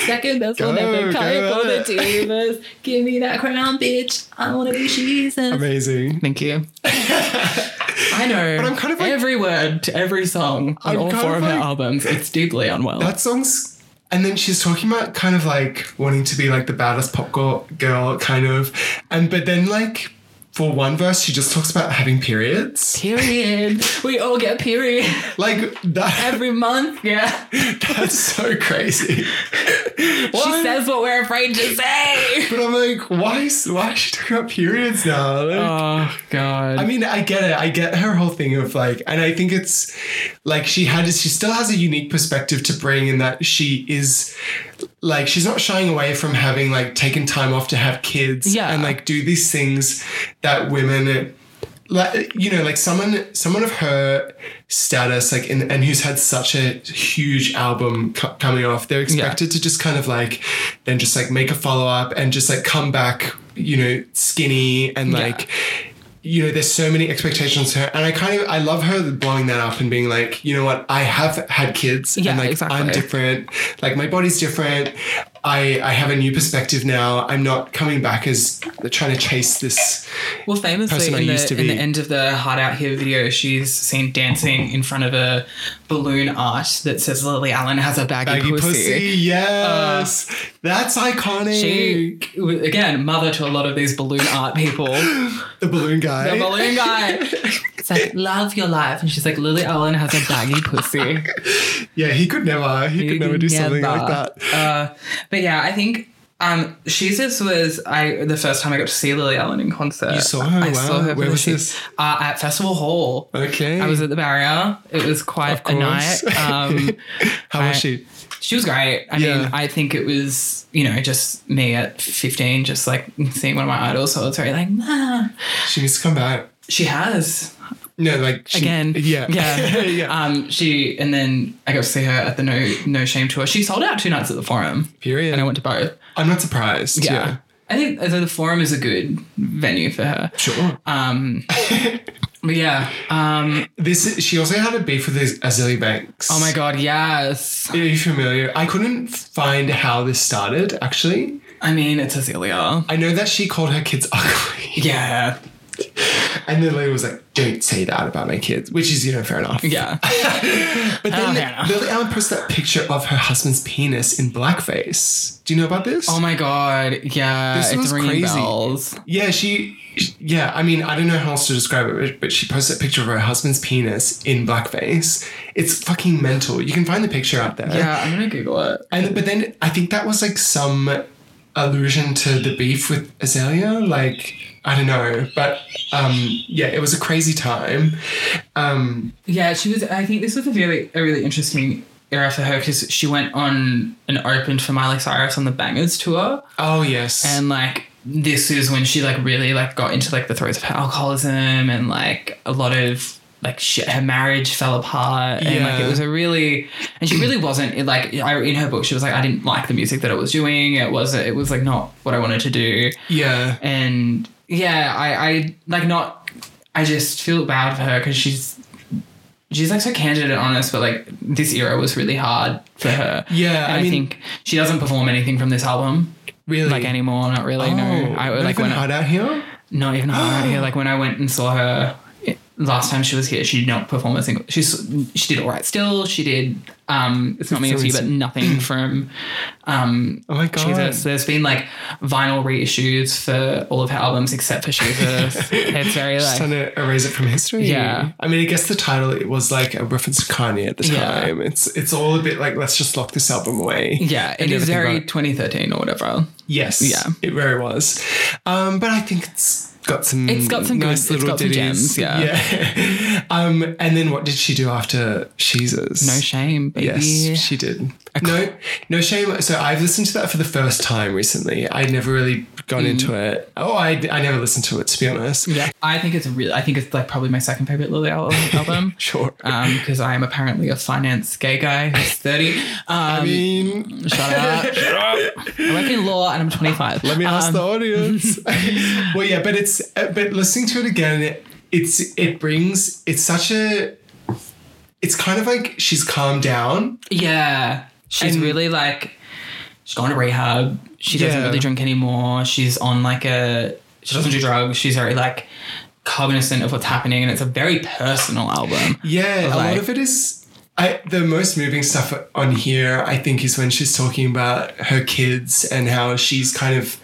Second best will
Go,
never
go,
come for the
Ella.
divas. Give me that crown, bitch. I wanna be Jesus.
Amazing.
Thank you. I know.
But I'm kind of like-
every word to every song on
I'm
all
kind
four of
of
her
like-
albums. It's deeply unwell.
That song's. And then she's talking about kind of like wanting to be like the baddest pop girl, girl kind of. And but then like for one verse, she just talks about having periods.
period. We all get period
Like that.
every month. Yeah.
That's so crazy.
She
Why?
says what we're afraid to say.
But I'm like, why? is- Why is she talking about periods now? Like,
Oh god.
I mean, I get it. I get her whole thing of like, and I think it's like she had, she still has a unique perspective to bring in that she is like, she's not shying away from having like taken time off to have kids
Yeah.
and like do these things that women, like, you know, like someone, someone of her status, like, and, and who's had such a huge album co- coming off, they're expected to just kind of like, then just like make a follow up and just like come back, you know, skinny and
Yeah.
like, you know, there's so many expectations to her. And I kind of, I love her blowing that up and being like, you know what, I have had kids
Yeah,
and like, I'm
exactly.
different. Like my body's different. I, I have a new perspective now. I'm not coming back as trying to chase this.
Well, famously,
person I
in
used
the,
to
in the
be.
end of the Hard Out Here video, she's seen dancing in front of a balloon art that says Lily Allen has a baggy,
Baggy pussy.
pussy. Uh,
Yes. That's iconic.
She, again, mother to a lot of these balloon art people.
the balloon guy.
The balloon guy. It's like, love your life. And she's like, Lily Allen has a baggy pussy.
yeah, he could never, he, could never do something like
Never.
that.
Uh, but yeah, I think um, Jesus was I the first time I got to see Lily Allen in concert.
You saw her?
I
Wow.
saw her. for
Where
the
was
shoot-
this?
Uh, at Festival Hall.
Okay.
I was at the barrier. It was quite a night. Um,
How was
I-
she?
she was great. I
Yeah.
mean, I think it was, you know, just me at 15, just like seeing one of my idols. So I was very like, nah.
She needs to come back.
She has.
No, like she,
again.
Yeah.
yeah,
yeah.
Um, she and then I got to see her at the No No Shame tour. She sold out two nights at the Forum,
Period.
and I went to both.
I'm not surprised.
Yeah,
yeah.
I think so the Forum is a good venue for her.
Sure.
Um, but yeah. Um,
this she also had a beef with Az- Azealia Banks.
oh my god, yes.
Are you familiar? I couldn't find how this started. Actually,
I mean, it's Azealia.
I know that she called her kids ugly,
Yeah,
and then Lily was like, "Don't say that about my kids," which is you know fair enough.
yeah. Oh,
But then
fair enough.
Lily Allen posted that picture of her husband's penis in blackface. Do you know about this?
Oh my god, yeah.
This
it's
was
ringing
crazy.
bells.
Yeah, she. Yeah, I mean, I don't know how else to describe it, but- but she posted a picture of her husband's penis in blackface. It's fucking mental. You can find the picture out there.
Yeah, I'm gonna Google it.
And but then I think that was like some allusion to the beef with Azalea. Like I don't know, but um, yeah, it was a crazy time. Um,
Yeah, she was. I think this was a really a really interesting era for her because she went on and opened for Miley Cyrus on the Bangers tour.
oh yes,
and like this is when she like really like got into like the throes of her alcoholism and like a lot of like shit, her marriage fell apart and like
Yeah.
it was a really and she really wasn't it, like I, in her book she was like I didn't like the music that I was doing it was it was like not what I wanted to do
yeah,
and yeah I I like not I just feel bad for her because she's she's like so candid and honest but like this era was really hard for her
Yeah,
and
I
I,
mean-
think she doesn't perform anything from this album
really. Oh,
like anymore. Not really. no, I
not
like when
even hard out here.
not even hard out here. Like when I went and saw her it- last time she was here, she did not perform a single. She's she did all right. Still, she did. Um, it's not me, it's you, but nothing from um,
Oh my god,
Jesus. There's been like vinyl reissues for all of her albums except for Jesus. it's very
Just trying
like
to erase it from history.
Yeah.
I mean, I guess the title it was like a reference to Kanye at the
Yeah.
time. It's it's all a bit like let's just lock this album away.
yeah,
And
it is
everything
very
about-
2013 or whatever.
Yes.
Yeah.
It very was. Um, but I think it's got some
It's got some
nice
good- it's
little
got some
ditties.
gems, yeah.
Yeah. um, and then what did she do after Jesus?
No shame, baby.
Yes, she did. No, no shame. So I've listened to that for the first time recently. I'd never really gone
Mm.
into it. Oh, I, I never listened to it to be honest.
Yeah, I think it's a really. I think it's like probably my second favorite Lily Allen album.
Sure.
Um, because I am apparently a finance gay guy who's thirty.
I
Um,
mean,
shut up. Shut up. I work in law and I'm 25.
let me ask
Um,
the audience. well, yeah, but it's uh, but listening to it again, it, it's it brings it's such a. It's kind of like she's calmed down.
Yeah. She's
And-
really like she's going to rehab. She doesn't
Yeah.
really drink anymore. She's on like a she doesn't do drugs. She's very like cognizant of what's happening and it's a very personal album.
Yeah, a lot
Like-
of it is. I, the most moving stuff on here, I think, is when she's talking about her kids and how she's kind of,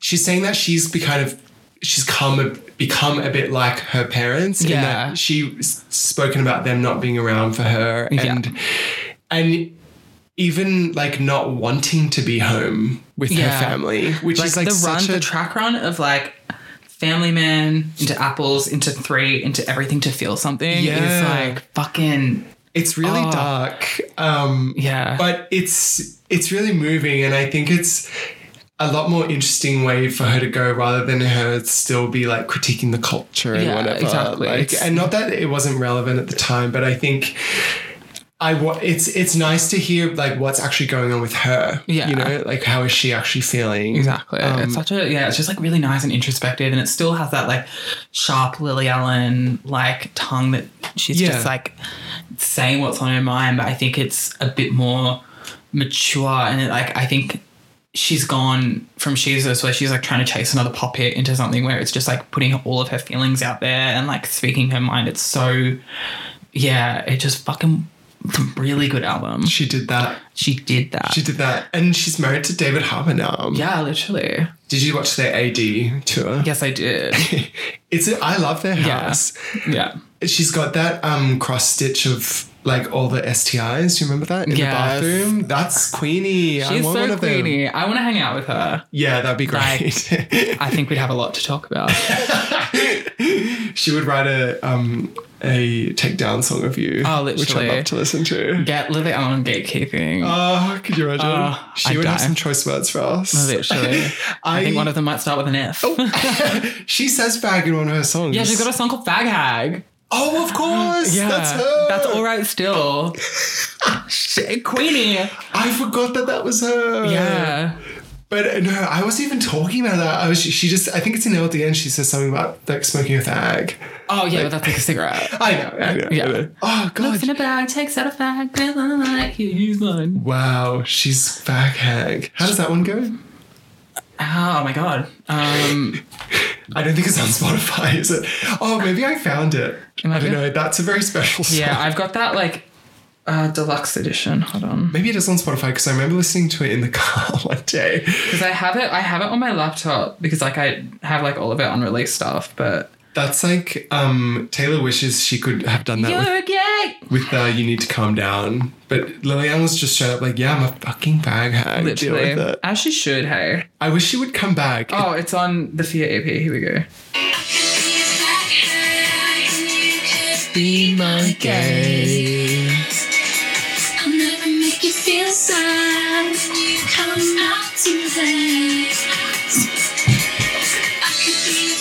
she's saying that she's be kind of, she's come a, become a bit like her parents. in
Yeah.
that she's spoken about them not being around for her and, and even like not wanting to be home with
Yeah.
her family, which
Like,
is like
the run,
such
the
a
track run of like Family Man into Apples into Three into Everything to Feel Something is
Yeah.
like fucking
It's really
Ah.
dark. Um,
Yeah.
But it's it's really moving, and I think it's a lot more interesting way for her to go rather than her still be like critiquing the culture and
Yeah,
whatever.
exactly.
Like,
It's-
and not that it wasn't relevant at the time, but I think. I wa- it's it's nice to hear like what's actually going on with her.
Yeah.
you know, like how is she actually feeling?
Exactly.
Um,
it's such a yeah, it's just like really nice and introspective and it still has that like sharp Lily Allen like tongue that she's
Yeah.
just like saying what's on her mind, but I think it's a bit more mature and it, like I think she's gone from Jesus where she's like trying to chase another pop hit into something where it's just like putting all of her feelings out there and like speaking her mind. It's so yeah, it just fucking it's a really good album.
she did that.
She did that.
She did that, and she's married to David Harbour now.
yeah, literally.
Did you watch their AD tour?
Yes, I did.
It's I love their
Yeah.
house.
yeah.
She's got that um cross stitch of like all the STIs. Do you remember that in
Yes.
the bathroom? That's Queenie. I
She's
want one
so
of them.
queenie. I want to hang out with her.
Yeah, that'd be great.
I think we'd have a lot to talk about.
she would write a um a takedown song of you.
Oh,
which
literally.
I'd love to listen to.
Get Lily Allen gatekeeping.
Oh, could you imagine?
Oh,
she
I'd
would have
die.
some choice words for us.
literally. I, think one of them might start with an F.
Oh. she says fag in one of her songs.
yeah, she's got a song called Fag Hag.
Oh, of course.
Yeah.
that's her.
That's all right still. Shit, queenie.
I forgot that that was her.
Yeah.
But uh, no, I wasn't even talking about that. I was. She just. I think it's in LDN. She says something about like smoking a fag.
Oh, yeah, but that's like a cigarette.
I know. I know.
Yeah.
I know. Oh
Looks in
god.
a bag, takes out a fag, feels like you, he's mine.
Wow, she's fag hag. How does that one go?
Oh my god. Um,
I don't think it's on Spotify, is it? Oh, maybe I found it.
Am I
I don't
good?
know. That's a very special song.
yeah, I've got that like uh, deluxe edition. Hold on.
Maybe it is on Spotify because I remember listening to it in the car one day.
because I have it. I have it on my laptop because like I have like all of it unreleased stuff. But
That's like um, Taylor wishes she could have done that with
gay.
with uh, you need to calm down. But Lillian was just straight up like, yeah, I'm a fucking fag hag. Deal with
Literally,
it.
as she should. Hey.
I wish she would come back.
Oh, it's on the Fear EP. Here we go.
be my gay.
I'll never make you feel sad. Come out too late.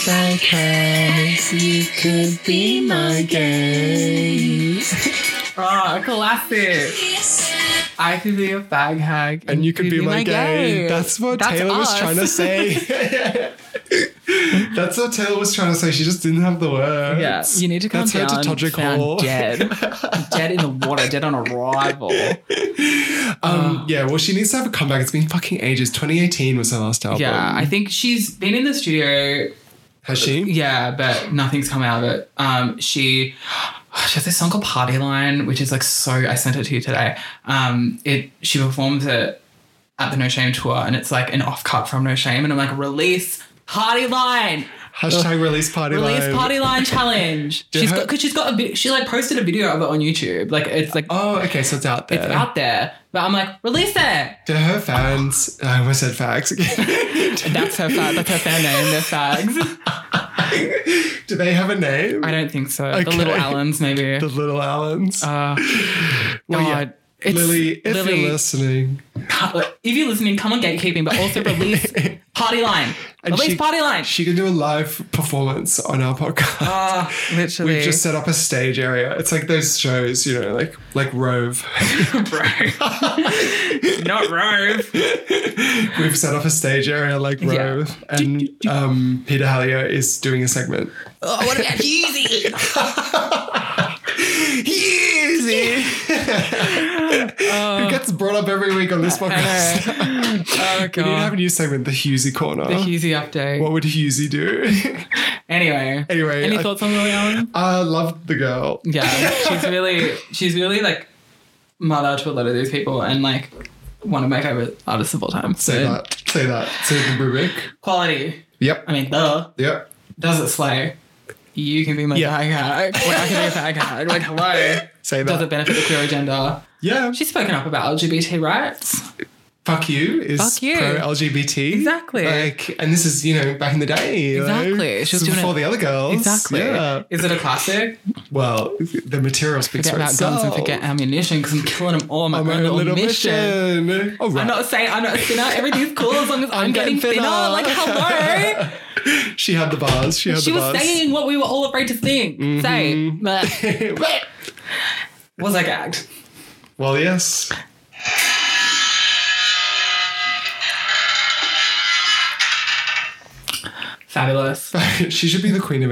I could be
you could be my gay.
Oh, classic. I could be a fag hag,
And you could be, my, gay. That's what Taylor was
us.
trying to say. That's what Taylor was trying to say. She just didn't have the words.
Yeah, you need to come
That's
down.
her tautological.
found dead, dead in the water, dead on arrival.
Um, yeah, well, she needs to have a comeback. It's been fucking ages. 2018 was her last album.
Yeah, I think she's been in the studio
Has she?
Yeah, but nothing's come out of it. Um, she she has this song called Party Line, which is like so. I sent it to you today. Um, it she performs it at the No Shame tour, and it's like an off cut from No Shame, and I'm like, release Party Line.
Hashtag release party
Release
line.
party line challenge.
Did
She's
her-
got because she's got a vi- she like posted a video of it on YouTube. Like it's like
Oh, okay, so it's out there.
it's out there, but I'm like release it.
To her fans, I almost said fags again.
That's her. Fa- that's her fan name. They're fags.
Do they have a name?
I don't think so. The
Okay.
little Allens maybe.
the Little Allens.
Uh,
Well, yeah.
God. it's
Lily, if you're listening,
if you're listening, come on gatekeeping, but also release party line.
And
release
she-
party line.
she can do a live performance on our podcast.
Ah, literally.
We've just set up a stage area. It's like those shows, you know, like like Rove.
Bro. Not Rove.
We've set up a stage area like
Yeah.
Rove, and um, Peter Hallio is doing a segment.
Oh, what about Husey?
Who gets brought up every week on this
Uh,
podcast?
Oh,
We need to have a
God.
new segment, the Husey Corner.
The Husey update.
what would Husey do?
anyway.
Anyway,
Any
I-
thoughts on Lily Allen?
I love the girl.
Yeah, she's really, she's really like mother to a lot of these people and like one of my favorite artists of all time. So,
Say that. Say that. Say the rubric.
quality.
Yep.
I mean, duh.
Yep.
Does it slay? You can be my
Yeah.
fag hag. Well, I can be a fag hag. Like, hello.
Say that.
Does it benefit the queer agenda?
yeah.
She's spoken up about LGBT rights.
fuck you is
Fuck you.
pro LGBT.
Exactly.
Like, and this is you know back in the day. you know?
Exactly. She was
This is
doing
before
it-
the other girls.
Exactly.
Yeah.
Is it a classic?
Well, the material speaks
Forget
for
about
itself.
guns and forget ammunition because I'm killing them all on my
I'm
own
on a
little,
little
mission.
mission. All right.
I'm not saying I'm not a sinner. Everything's cool as long as I'm, getting, thinner. Like, hello.
she had the bars. She had
she
the
was
bars.
saying what we were all afraid to think. Say, but was I gagged?
well, yes.
Fabulous.
she should be the Queen of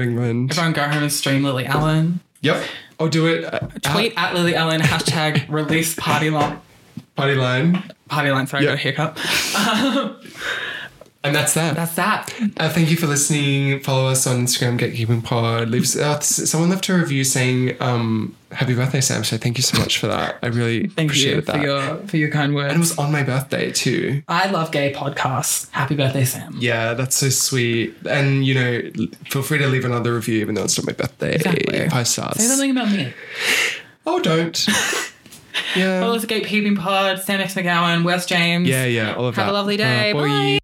England.
Everyone go home and stream Lily Allen.
Yep. Or do it. uh,
Tweet at Lily Allen, hashtag release party line.
at Party line.
Party line, sorry,
Yeah.
I got a hiccup.
And that's that.
That's that.
Uh, thank you for listening. Follow us on Instagram, Gatekeeping Pod. Leaves, uh, s- someone left a review saying, um, Happy birthday, Sam. So thank you so much for that. I really
Thank
appreciated
you
that.
for your for your kind words.
and it was on my birthday too.
I love gay podcasts. Happy birthday, Sam.
Yeah, that's so sweet. And, you know, l- feel free to leave another review even though it's not my birthday.
Exactly.
Five stars.
Say something about me.
Oh, don't. yeah.
Follow us at Gatekeeping Pod, Sam X McGowan, Wes James.
yeah, yeah, all of
Have
that. Uh,
a lovely day.
boy.
Bye.